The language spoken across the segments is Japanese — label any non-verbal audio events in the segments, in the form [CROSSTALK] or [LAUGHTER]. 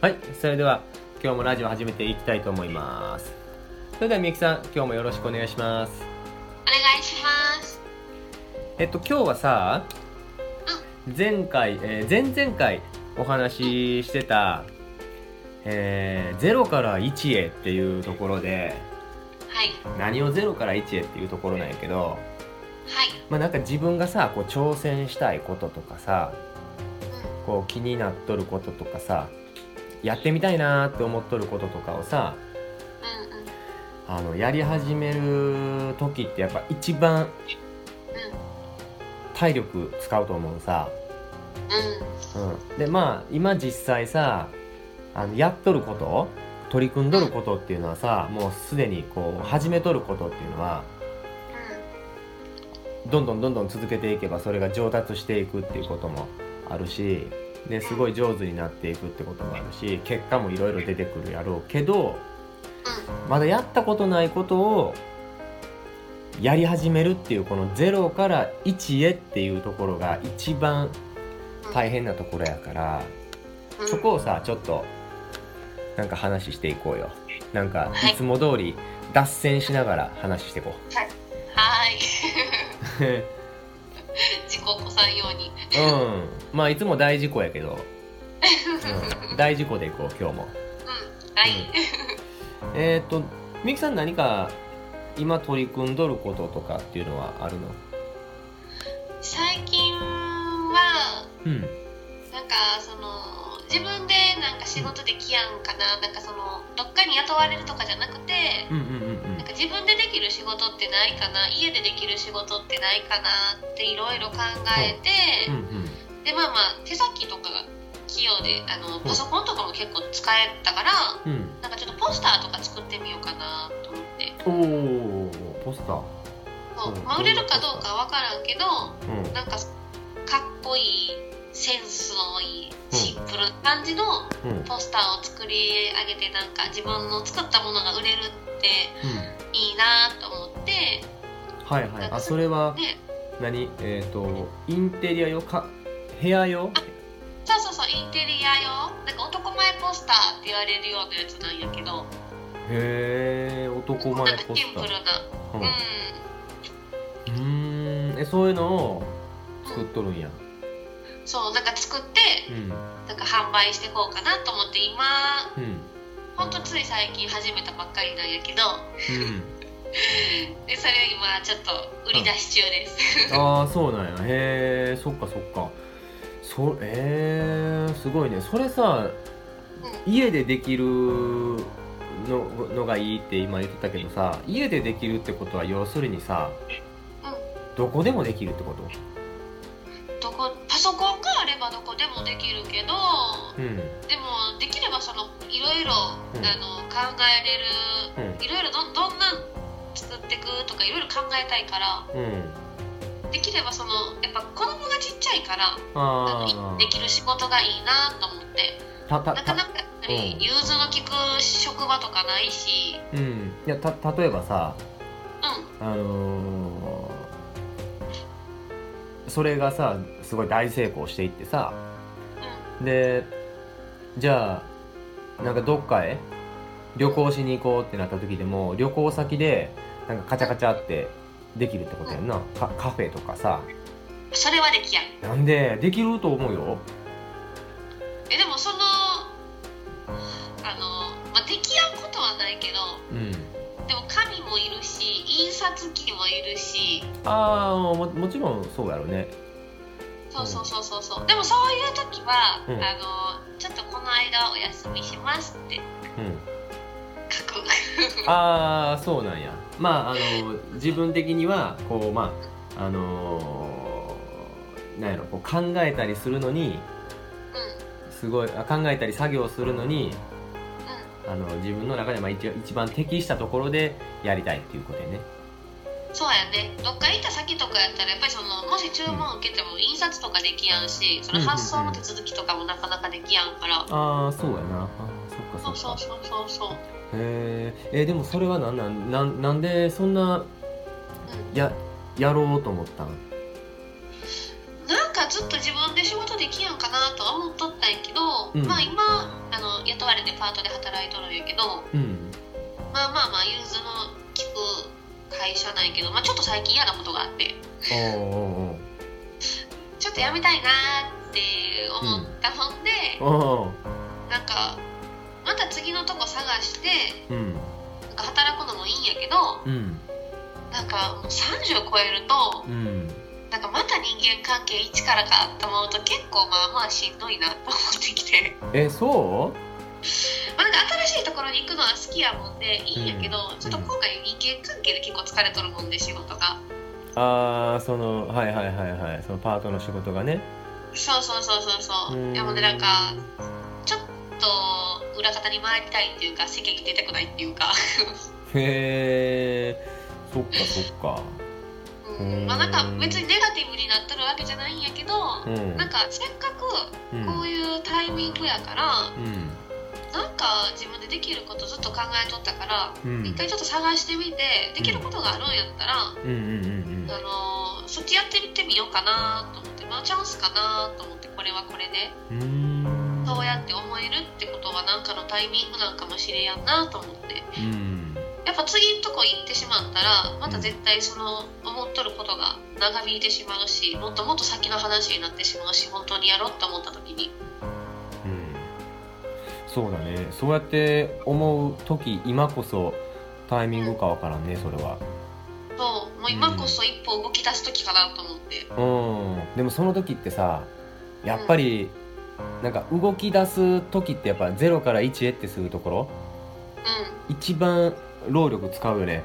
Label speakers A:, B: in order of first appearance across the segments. A: はいそれでは今日もラジオ始めていきたいと思いますそれではみゆきさん今日もよろしくお願いします
B: お願いします。
A: えっと今日はさ前回、えー前々回お話ししてた、えー、0から1へっていうところで
B: はい。
A: 何を0から1へっていうところなんやけど、
B: はい。
A: まあ、なんか自分がさこう挑戦したいこととかさ
B: う
A: こう気になっとることとかさやってみたいなーって思っとることとかをさ
B: ん。うん。うん。
A: あのやり始める時ってやっぱ一番体力使うと思うさ、
B: うん。
A: うん、でまあ今実際さあのやっとること取り組んどることっていうのはさもうすでにこう始めとることっていうのはどんどんどんどん続けていけばそれが上達していくっていうこともあるし、ね、すごい上手になっていくってこともあるし結果もいろいろ出てくるやろうけどまだやったことないことをやり始めるっていうこの0から1へっていうところが一番大変なところやから
B: うん。
A: そこをさちょっとなんか話していこうよなんか
B: はい
A: いつも通り脱線しながら話していこ
B: はーい。 [LAUGHS]
A: う
B: 自己子さん用に。
A: うんまあいつも大事故やけど、うん、大事故でいこう今日も
B: うん。はい。
A: えーっ、とみゆきさん何か今取り組んどることとかっていうのはあるの
B: 最近は、
A: うん
B: なんか、その、自分でなんか仕事できやんかな。なんかその、どっかに雇われるとかじゃなくて、
A: うんうんうんうん
B: なんか自分でできる仕事ってないかな家でできる仕事ってないかなっていろいろ考えて、
A: うんうん
B: でまあまあ手先とかが器用であの
A: ん
B: パソコンとかも結構使えたから、
A: うん
B: なんかちょっとポスターとか作ってみようかなと思って、
A: おおポスター
B: そう
A: うん
B: まあ、売れるかどうかは分からんけど
A: うん
B: なんかかっこいいセンスのいいシンプルな感じの
A: うんうん
B: ポスターを作り上げてなんか自分の作ったものが売れるっていいなと思って
A: はいはいあそれは
B: ね
A: 何えーっ、とインテリア用か部屋用
B: そうそうそうインテリア用なんか男前ポスターって言われるようなやつなんやけど
A: へえ男
B: なん
A: 前
B: か
A: ポ
B: シン
A: ス
B: プ
A: タ
B: ル
A: ー
B: な
A: う
B: うんん、
A: うーんえそういうのを作っとるんや
B: そうなんか作って
A: うん
B: なんか販売していこうかなと思って今
A: うん
B: ほんとつい最近始めたばっかりなんやけど
A: うん
B: でそれを今ちょっと売り出し中です
A: ああそうなんやへえそっかそっかそえー、すごいねそれさ家でできるののがいいって今言ってたけどさ家でできるってことは要するにさ
B: う
A: どこでもできるってこと
B: んどこパソコンがあればどこでもできるけど
A: うん
B: でもできればそのいろいろ
A: うん
B: あの考えれ
A: うん
B: るいろいろどどんなん作っていくとかいろいろ考えたいから
A: うん
B: できればそのやっぱ子供がちっちゃいからあ
A: あ
B: のできる仕事がいいなと思って。
A: あたた
B: なかな
A: た
B: かやっぱり融通の利く職場とかないし、
A: うんいやた例えばさ
B: う
A: あのーそれがさすごい大成功していってさ
B: ん、う
A: でじゃあなんかどっかへ旅行しに行こうってなった時でも旅行先でなんかカチャカチャってできるってことやんなカカフェとかさ
B: ん、それはできやん。
A: なんでできると思うよ
B: え、でもその、あの、まあ、できやんことはないけど、
A: うん
B: でも紙もいるし、印刷機もいるし、
A: ああももちろんそうやろうね
B: そうそうそうそうそう。でもそういう時は、
A: うん
B: あの、ちょっとこの間お休みしますって
A: うん
B: 書く。 [LAUGHS]
A: ああそうなんやまああの自分的にはこうまああのーなんやろこう考えたりするのに
B: う
A: すごいあ考えたり作業するのに
B: ん、うん、
A: あの自分の中でまあ一一番適したところでやりたいっていうことやね
B: そうやねどっか行った先とかやったらやっぱりそのもし注文受けても印刷とかできやんしその発送の手続きとかもなかなかできやんから、
A: ああそうやなあーそ
B: そ
A: っ
B: う
A: か
B: そ
A: そっ
B: う
A: か
B: そうそうそう
A: へーえーでもそれはなんなんなんなんでそんな
B: う
A: ややろうと思ったん
B: んなんかずっと自分で仕事できやんかなとは思っとったんやけど、
A: うん
B: まあ今あの雇われてパートで働いとるんやけど
A: うん
B: まあまあまあ融通の利く会社なんやけど、まあ、ちょっと最近嫌なことがあって
A: おーお
B: ちょっとやめたいなーって思ったもんで、
A: ーおーお
B: なんかまた次のとこ探して
A: ーうん
B: なんか働くのもいいんやけど
A: うん
B: なんかもう30超えると
A: うん
B: なんかまた人間関係一からかと思うと結構まあまあしんどいなと思ってきて、
A: えそ
B: まあ、なんか新しいところに行くのは好きやもんでいいんやけど、
A: うん
B: ちょっと今回人間関係で結構疲れとるもんで仕事が
A: うああそのはいはいはいはいそのパートの仕事がね
B: そうそうそうそうそううんでもねなんかちょっと裏方に回りたいっていうか世間に出たくないっていうか、
A: へえそっかそっか
B: うんまあなんか別にネガティブになってるわけじゃないんやけど、
A: うん
B: なんかせっかく
A: うん
B: こういうタイミングやから、
A: うん
B: なんか自分でできることずっと考えとったから、
A: うん
B: 一回ちょっと探してみてできることがあるんやったら、
A: うんうんうん
B: あのーそっちやってみてみようかなと思ってまあチャンスかなと思ってこれはこれで
A: うんうーん
B: そうやって思えるってことはなんかのタイミングなんかもしれんやんなと思って
A: うん
B: やっぱ次のとこ行ってしまったらまた絶対その思っとることが長引いてしまうしもっともっと先の話になってしまうし本当にやろうと思った時に
A: うんそうだねそうやって思う時今こそタイミングかわからんねそれは
B: そうもう今こそ一歩動き出す時かなと思って。
A: うんでもその時ってさやっぱりなんか動き出す時ってやっぱ0から1へってするところ
B: う
A: 一番労力使うよね
B: ん、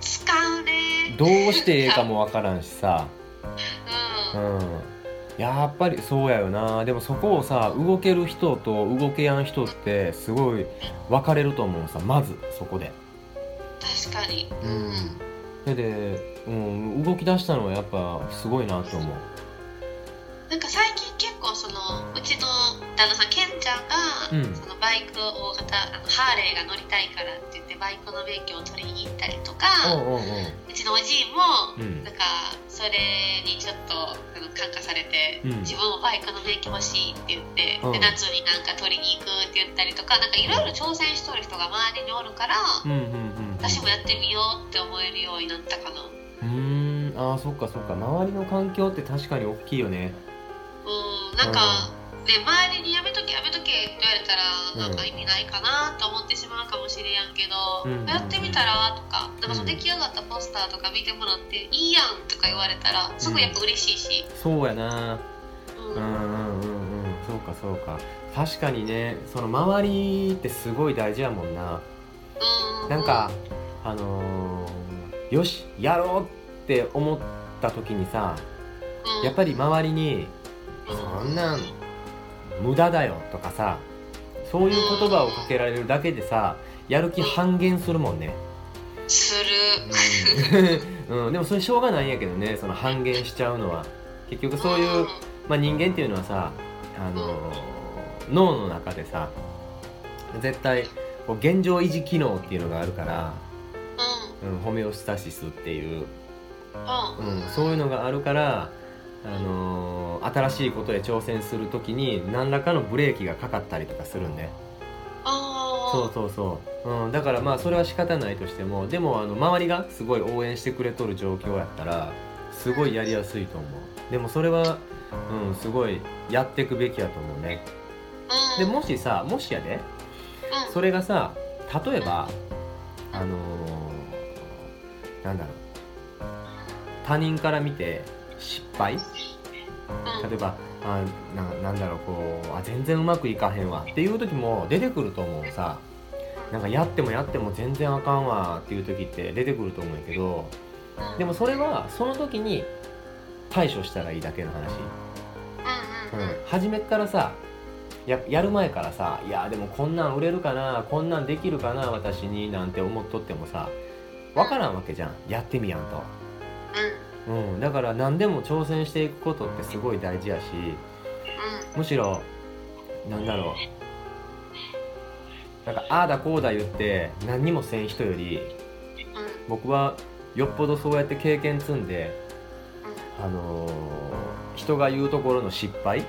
B: 使うね。
A: どうしてええかもわからんしさ
B: う、
A: うんんやっぱりそうやよなでもそこをさ動ける人と動けやん人ってすごい分かれると思うさまずそこで
B: 確かに。う
A: で
B: ん、
A: で、うん、動き出したのはやっぱすごいなと思う
B: なんか最近結構そのうちの旦那さんケンちゃんが、
A: うん
B: そのバイクを大型あのハーレーが乗りたいからって言ってバイクの免許を取りに行ったりとか、
A: うんうん
B: うちのおじいも
A: うんうん
B: なんかそれにちょっとあの感化されて。
A: うん
B: 自分もバイクの免許欲しいって言って、
A: うん
B: で夏になんか取りに行くって言ったりとかなんかいろいろ挑戦しとる人が周りにおるから、
A: うんうんうん
B: 私もやってみようって思えるようになったかな。
A: うんうーんあーそっかそっか周りの環境って確かに大きいよね
B: うん、なんか、ね、周りにやめとけやめとけって言われたらなんか
A: うん
B: 意味ないかなと思ってしまうかもしれやんけど、
A: うん
B: やってみたらとかなんかそうの
A: ん
B: 出来上がったポスターとか見てもらっていいやんとか言われたらすごいやっぱ嬉しいし、
A: そうやな
B: うん
A: うんうんうんうんそうかそうか確かにねその周りってすごい大事やもんな
B: う
A: なんかあのーよしやろうって思った時にさやっぱり周りに「そんなん無駄だよ」とかさそういう言葉をかけられるだけでさやる気半減するもんね、
B: する
A: うん [LAUGHS] うんでもそれしょうがないんやけどねその半減しちゃうのは結局そう
B: う
A: い
B: ん
A: う、まあ、人間っていうのはさ、あのー脳の中でさ絶対こう現状維持機能っていうのがあるから、うん、ホメオスタシスっていう
B: うん
A: うん、そういうのがあるから、あのー新しいことへ挑戦するときに何らかのブレーキがかかったりとかするんで、
B: あー
A: そうそうそう、うん、だからまあそれは仕方ないとしてもでもあの周りがすごい応援してくれとる状況やったらすごいやりやすいと思うでもそれは、うん、すごいやっていくべきやと思うね
B: うん
A: でもしさもしやで
B: うん
A: それがさ例えばあのーなんだろう他人から見て失敗
B: うん
A: 例えばあななんだろうこうあ全然うまくいかへんわっていう時も出てくると思うさなんかやってもやっても全然あかんわっていう時って出てくると思うんやけどでもそれはその時に対処したらいいだけの話、
B: うんうんうん
A: うん、初めっからさややる前からさ「いやでもこんなん売れるかなこんなんできるかな私に」なんて思っとってもさ分からんわけじゃんやってみやんと。うん、だから何でも挑戦していくことってすごい大事やしむしろなんだろうなんかああだこうだ言って何にもせん人より
B: うんうんうん
A: 僕はよっぽどそうやって経験積んで、あのー人が言うところの失敗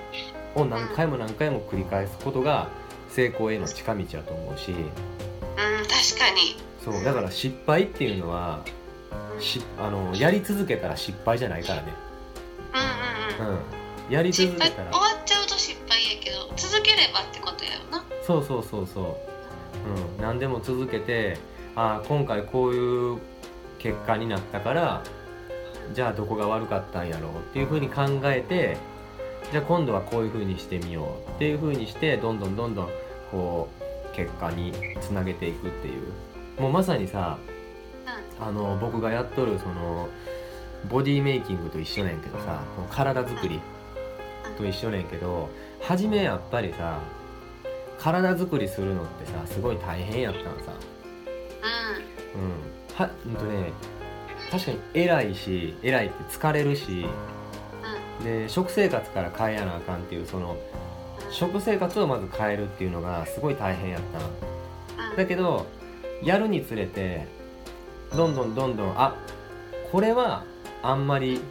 A: を何回も何回も繰り返すことが成功への近道やと思うし
B: うん確かに
A: そうだから失敗っていうのはしあのやり続けたら失敗じゃないからね、
B: うんうんう
A: うん、
B: ん
A: やり
B: 失
A: 続け
B: 敗終
A: たら
B: わっちゃうと失敗やけど続ければってことやよな
A: そうそうそうそう、うん、何でも続けてああ今回こういう結果になったからじゃあどこが悪かったんやろうっていうふうに考えてじゃあ今度はこういうふうにしてみようっていうふうにしてどんどんどんどんこう結果につなげていくっていうもうまさにさあの僕がやっとるそのボディメイキングと一緒なんやけどさこの体作りと一緒なんやけど初めやっぱりさ体作りするのってさすごい大変やったんさ
B: う
A: うんはうんとね確かに偉いし偉いって疲れるしで食生活から変えやなあかんっていうその
B: んうん
A: 食生活をまず変えるっていうのがすごい大変やったん
B: うん
A: だけどやるにつれてどんどんどんどんあこれはあんまり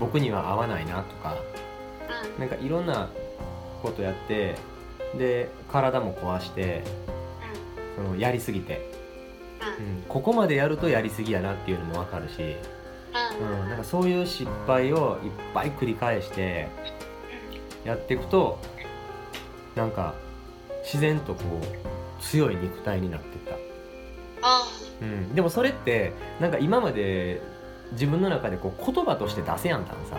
A: 僕には合わないなとか
B: う
A: なんかいろんなことやってで体も壊してそのやりすぎて、うんん、ここまでやるとやりすぎやなっていうのもわかるし、うん、
B: うんうん
A: なんかそういう失敗をいっぱい繰り返してやっていくとなんか自然とこう強い肉体になってった。
B: あ
A: うん、でもそれってなんか今まで自分の中でこう言葉として出せやんたんさ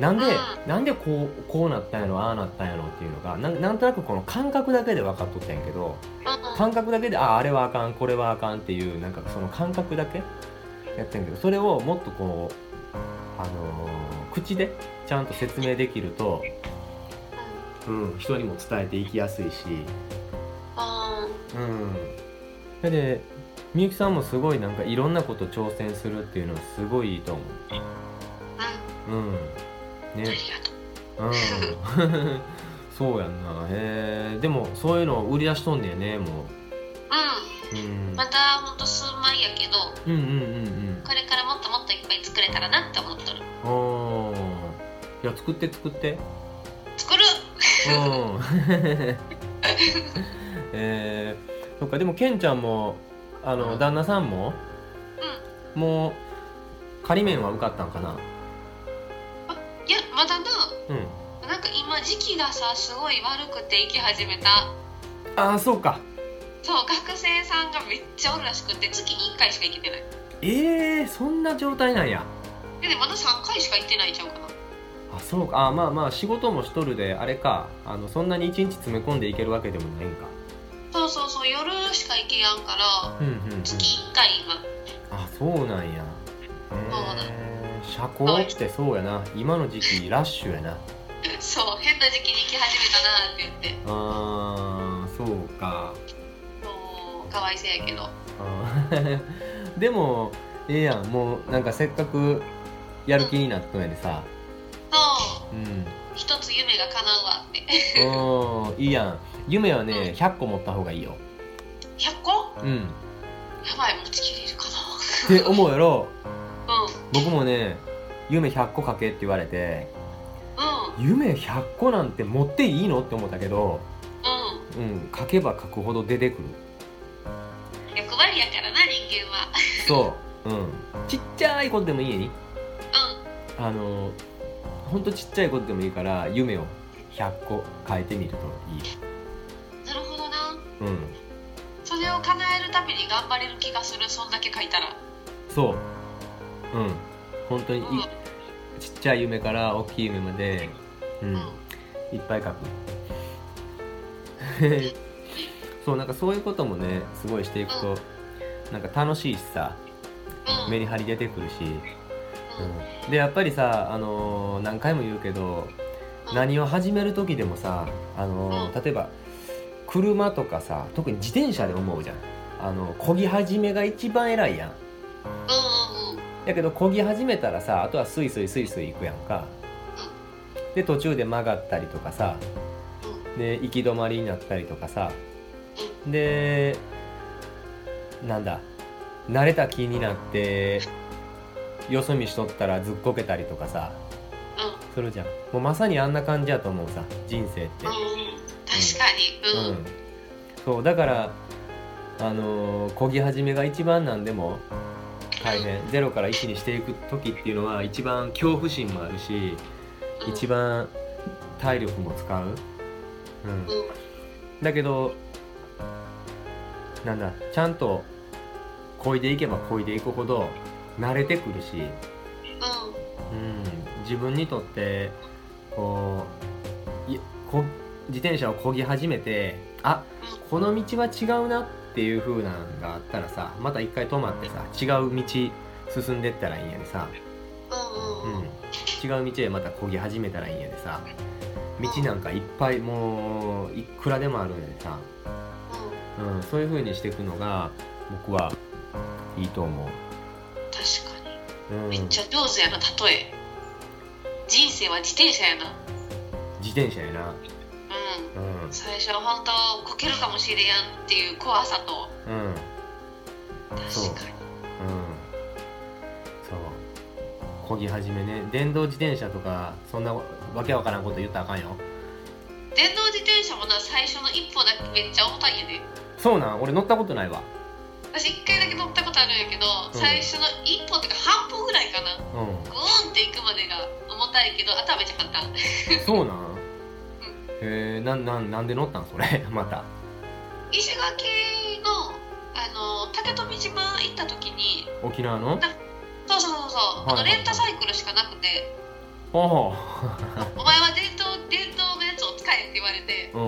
A: なんで、
B: う
A: なんでこうこうなったんやろああなったんやろっていうのがなんなんとなくこの感覚だけで分かっとったんやけど
B: あ
A: 感覚だけであああれはあかんこれはあかんっていうなんかその感覚だけやってんけどそれをもっとこう、あのー口でちゃんと説明できると、うん、人にも伝えていきやすいし
B: あ
A: うんそれでみゆきさんもすごいなんかいろんなこと挑戦するっていうのはすごいいいと思ううん
B: うんあり
A: ね
B: がとう
A: うん [LAUGHS] そうやんなへえでもそういうのを売り出しとんねやねもう、うん
B: うん、またほんと数枚やけど
A: うんうんうん
B: これからもっともっといっぱい作れたらなって思っとる
A: うんおーいや作って作って
B: 作る
A: うん [LAUGHS] えー、そっかでもケンちゃんもあの旦那さんも、もう仮面は受かったんかない
B: やまだな
A: うん
B: なんか今時期がさすごい悪くて行き始めた
A: ああそうか
B: そう学生さんがめっちゃおるらしくて月に1回しか行けてない
A: えー、そんな状態なんや
B: ででまだ3回しか行ってないんちゃうかな
A: あそうかあまあまあ仕事もしとるであれかあのそんなに一日詰め込んでいけるわけでもないんか
B: そうそうそう夜しか行けやんから
A: うんうん、うん、
B: 月1回今 [LAUGHS]
A: あそうなんや
B: そうなん
A: えー、社交ってそうやな今の時期ラッシュやな
B: そう変な時期に行き始めたなって言って
A: あーそうか
B: そうかわいそうやけど
A: あー [LAUGHS] でもええやんもうなんかせっかくやる気になったんやでさ
B: そう
A: うん
B: 一つ夢が叶うわって
A: うんいいやん夢はね100個持った方がいいよ
B: 100個
A: うん
B: やばい持ちきれるか
A: って思うやろ
B: な [LAUGHS] うん
A: 僕もね夢100個書けって言われて
B: うん
A: 夢100個なんて持っていいのって思ったけど、
B: う
A: うん、書けば書くほど出てくる
B: ん欲張りやからな人間は [LAUGHS]
A: そう、うん、ちっちゃいことでもいいね
B: うん
A: あのほんとちっちゃいことでもいいから夢を100個変えてみるといい
B: なるほどな
A: うん
B: それを叶えるために頑張れる気がするそんだけ書いたら
A: そううん本当に
B: う
A: い
B: んうん
A: ちっちゃい夢から大きい夢まで、うん、いっぱい書く [LAUGHS] そうなんかそういうこともねすごいしていくとなんか楽しいしさ
B: うん
A: メリハリ出てくるし、
B: うん
A: うん、でやっぱりさ、あのー何回も言うけど
B: うん
A: 何を始める時でもさ、あのー例えば車とかさ特に自転車で思うじゃんあの漕ぎ始めが一番偉いやん
B: うんうんうん
A: やけど漕ぎ始めたらさあとはスイスイスイスイ行くやんかで途中で曲がったりとかさで行き止まりになったりとかさでなんだ慣れた気になってよそ見しとったらずっこけたりとかさ
B: うん
A: するじゃんもうまさにあんな感じやと思うさ人生って
B: うん確確かにうん、
A: うん、そうだからあのー漕ぎ始めが一番なんでも大変ゼロから1にしていく時っていうのは一番恐怖心もあるし
B: うん
A: 一番体力も使う、うん
B: うん、
A: だけどなんだちゃんと漕いでいけば漕いでいくほど慣れてくるし、
B: うん
A: うん、自分にとってこういこ自転車を漕ぎ始めてあこの道は違うなっていう風なのがあったらさまた一回止まってさ違う道進んでったらいいんやでさ、
B: う
A: う
B: んうんうん
A: ん、違う道へまた漕ぎ始めたらいいんやでさ道なんかいっぱいもういくらでもあるんやでさ、うん、そういう風にしていくのが僕はいいと思う。
B: 確かに
A: うん、
B: めっち
A: 自
B: ゃ上手やな例え人生は自転車やな
A: 転車やな、
B: うん
A: うん
B: 最初は本当こけるかもしれやんっていう怖さと
A: うんうん、そう
B: 確かに
A: そう漕ぎ始めね電動自転車とかそんなわけわからんこと言ったらあかんよ
B: 電動自転車もな最初の一歩だけめっちゃ重たいんやで
A: そうなん俺乗ったことないわ
B: 私一回だけ乗ったことあるんやけど、
A: うん
B: 最初の一歩っていうか半歩ぐらいかな
A: う
B: グーンっていくまでが重たいけど頭めっちゃ簡単
A: んそうなんへえなんなんなんで乗ったんそれ [LAUGHS] また
B: 石垣のあの竹富島行った時に
A: 沖縄の
B: そうそうそうそう、
A: はいはい
B: あのレンタサイクルしかなくて
A: おお
B: 「お前は電動電動のやつを使え」って言われて
A: う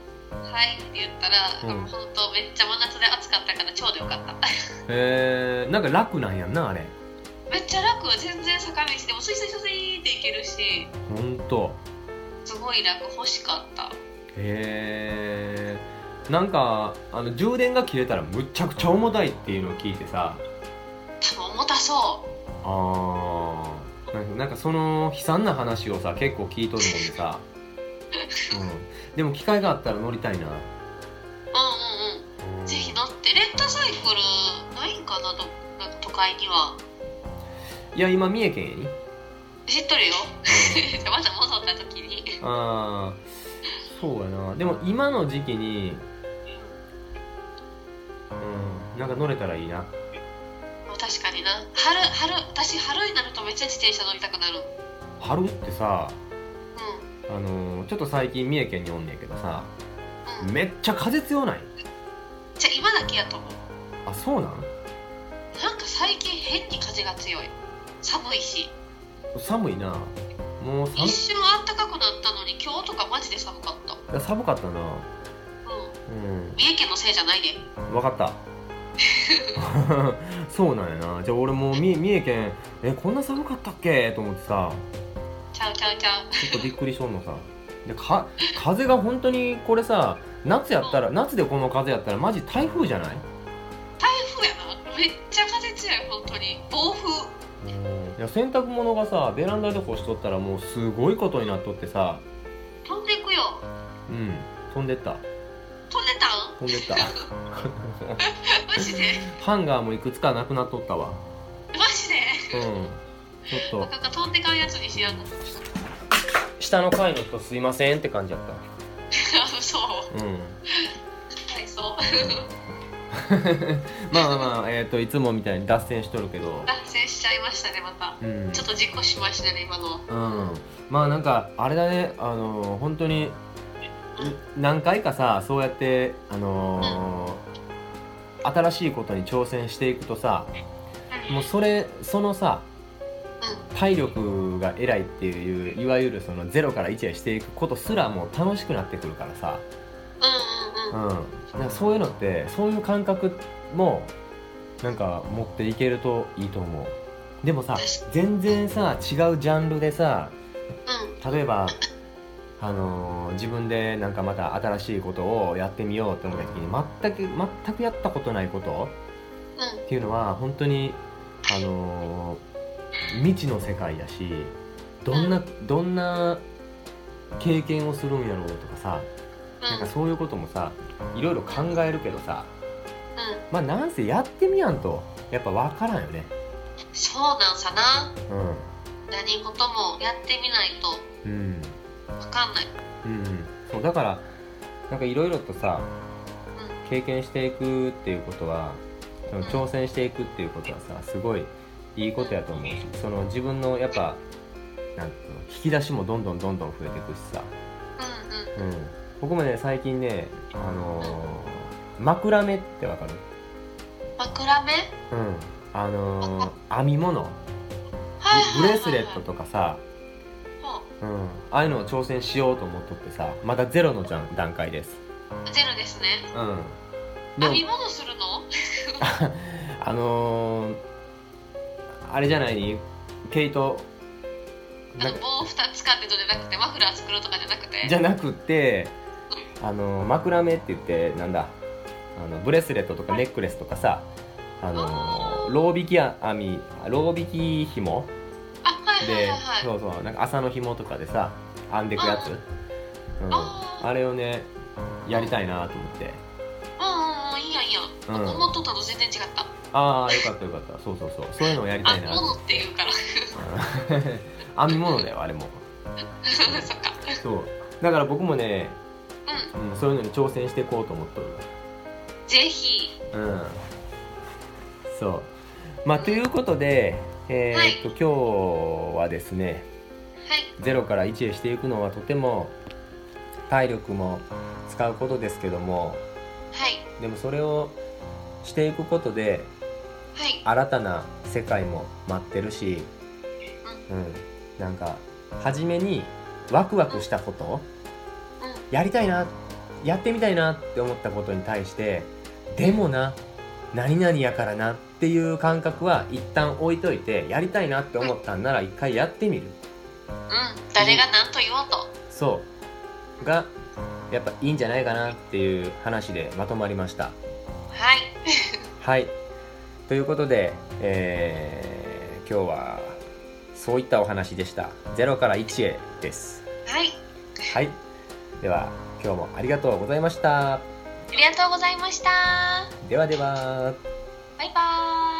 B: 「はい」って言ったら、
A: うん
B: 本当めっちゃ真夏で暑かったからちょうどよかった [LAUGHS]
A: んへえなんか楽なんやんなあれ
B: めっちゃ楽全然坂道でもスイスイスイスイって行けるし
A: ほんと
B: すごい楽欲しかった
A: へえなんかあの充電が切れたらむちゃくちゃ重たいっていうのを聞いてさ
B: 多分重たそ
A: あーなんかなんかその悲惨な話をさ結構聞いとるもんで
B: [LAUGHS]
A: さ、うん、でも機会があったら乗りたいな、
B: ううんうんうん
A: うん
B: ぜひ乗ってレンタサイクルないんかなどなんか都会にはい
A: や今三重県やに、うん
B: 知っとるよ [LAUGHS] じゃあまた戻った時に
A: ああそうやなでも今の時期に、うん、なんか乗れたらいいな
B: もう確かにな春春私春になるとめっちゃ自転車乗りたくなる
A: 春ってさ
B: う
A: あのーちょっと最近三重県におんねんけどさ
B: んうん
A: めっちゃ風強ない
B: じゃあ今だけやと思う
A: あそうなん
B: なんか最近変に風が強い寒いし
A: 寒いなもう
B: 一瞬あったかくなったのに今日とかマジで寒かった
A: 寒寒かったな
B: うん
A: うん
B: 三重県のせいじゃないで
A: 分かった [LAUGHS] そうなんやなじゃあ俺もう三三重県えこんな寒かったっけと思ってさ
B: ちゃうちゃうちゃう
A: ちょっとびっくりしとんのさでか風が本当にこれさ夏やったら夏でこの風やったらマジ台風じゃない
B: 台風やなめっちゃ風強い本当に暴風
A: うんいや洗濯物がさベランダで干しとったらもうすごいことになっとってさ
B: 飛んでいくよ
A: うん飛んでった
B: 飛んでたん
A: 飛んで [LAUGHS] った
B: マジで
A: ハンガーもいくつかなくなっとったわ
B: マジで
A: うんちょっ
B: なんか飛んでかんやつにしやんの [LAUGHS]
A: と下の階の人すいませんって感じやった
B: そう
A: うん
B: はいそう
A: [LAUGHS] まあまあまあ、えっ、と、いつもみたいに脱線しとるけど。
B: 脱線しちゃいましたねまた
A: うん
B: ちょ。っと事故しましたね今のうん
A: うん。まあ、なんか、あれだね、あのー、本当に。何回かさ、そうやって、あのー新しいことに挑戦していくとさ、もうそれ、そのさ。体力が偉いっていういわゆるその0から1へしていくことすらもう楽しくなってくるからさ、
B: うんう
A: う
B: んうん
A: ん、なんかそういうのってそういう感覚もなんか持っていけるといいと思うでもさ全然さ違うジャンルでさ例えば、あのー自分でなんかまた新しいことをやってみようって思った時に全く全くやったことないこと
B: うん
A: っていうのは本当にあのー未知の世界だしどんなどんな経験をするんやろうとかさ
B: うん
A: なん
B: う
A: か
B: ん
A: そういうこともさいろいろ考えるけどさまあなんせやってみやんとやっぱ分からんよね
B: そうなんさな
A: うん
B: 何事もやってみないと
A: うん
B: 分かんない
A: うんそうだからなんかいろいろとさ経験していくっていうことはその挑戦していくっていうことはさすごいいいことやと思うしその自分のやっぱなんていうの引き出しもどんどんどんどん増えていくしさ、
B: うんうん
A: うん、僕もね最近ねあのー枕目ってわかる
B: 枕目
A: うんあのー編み物
B: はいは
A: ブ
B: いはいはい
A: レスレットとかさ、
B: も
A: うん、ああいうのを挑戦しようと思っとってさまだゼロのじゃん段階です
B: うゼロですね
A: うんで
B: 編
A: も
B: み物するの
A: あのーあれじゃない毛糸
B: あ
A: な
B: の棒二つかってとじゃなくてマフラー作るとかじゃなくて
A: じゃなくてあのー枕目って言ってなんだあのブレスレットとかネックレスとかさあのーロー引き編みロー引き紐
B: あはいはい
A: で
B: はいはい
A: そうそうなんか朝の紐とかでさ編んでくやつ、うん、
B: あー
A: あれをねやりたいなと思って
B: うんうんうんいいやんいいやん、
A: うん
B: 思っとったのと全然違った
A: ああよかったよかったそうそうそうそういうのをやりた
B: あ
A: いなと思
B: 物
A: っ
B: ってていうから
A: う
B: [LAUGHS]
A: ん [LAUGHS] 編み物だよあれも
B: そっか
A: そうだから僕もね、
B: う
A: うん、そういうのに挑戦していこうと思っとる
B: んぜひ
A: うんそうまあということでえーっと今日はですね
B: はい
A: 0から1へしていくのはとても体力も使うことですけども
B: はい
A: でもそれをしていくことで
B: はい
A: 新たな世界も待ってるし、うん、なんか初めにワクワクしたこと
B: うん
A: やりたいなやってみたいなって思ったことに対してでもな何々やからなっていう感覚は一旦置いといてやりたいなって思ったんなら一回やってみる
B: うん誰が何と言おうと
A: そうがやっぱいいんじゃないかなっていう話でまとまりました。
B: はい
A: はい。ということで、えー今日はそういったお話でした。0から1へです。
B: はい
A: はい。では、今日もありがとうございました。
B: ありがとうございました
A: ではでは。
B: バイバーイ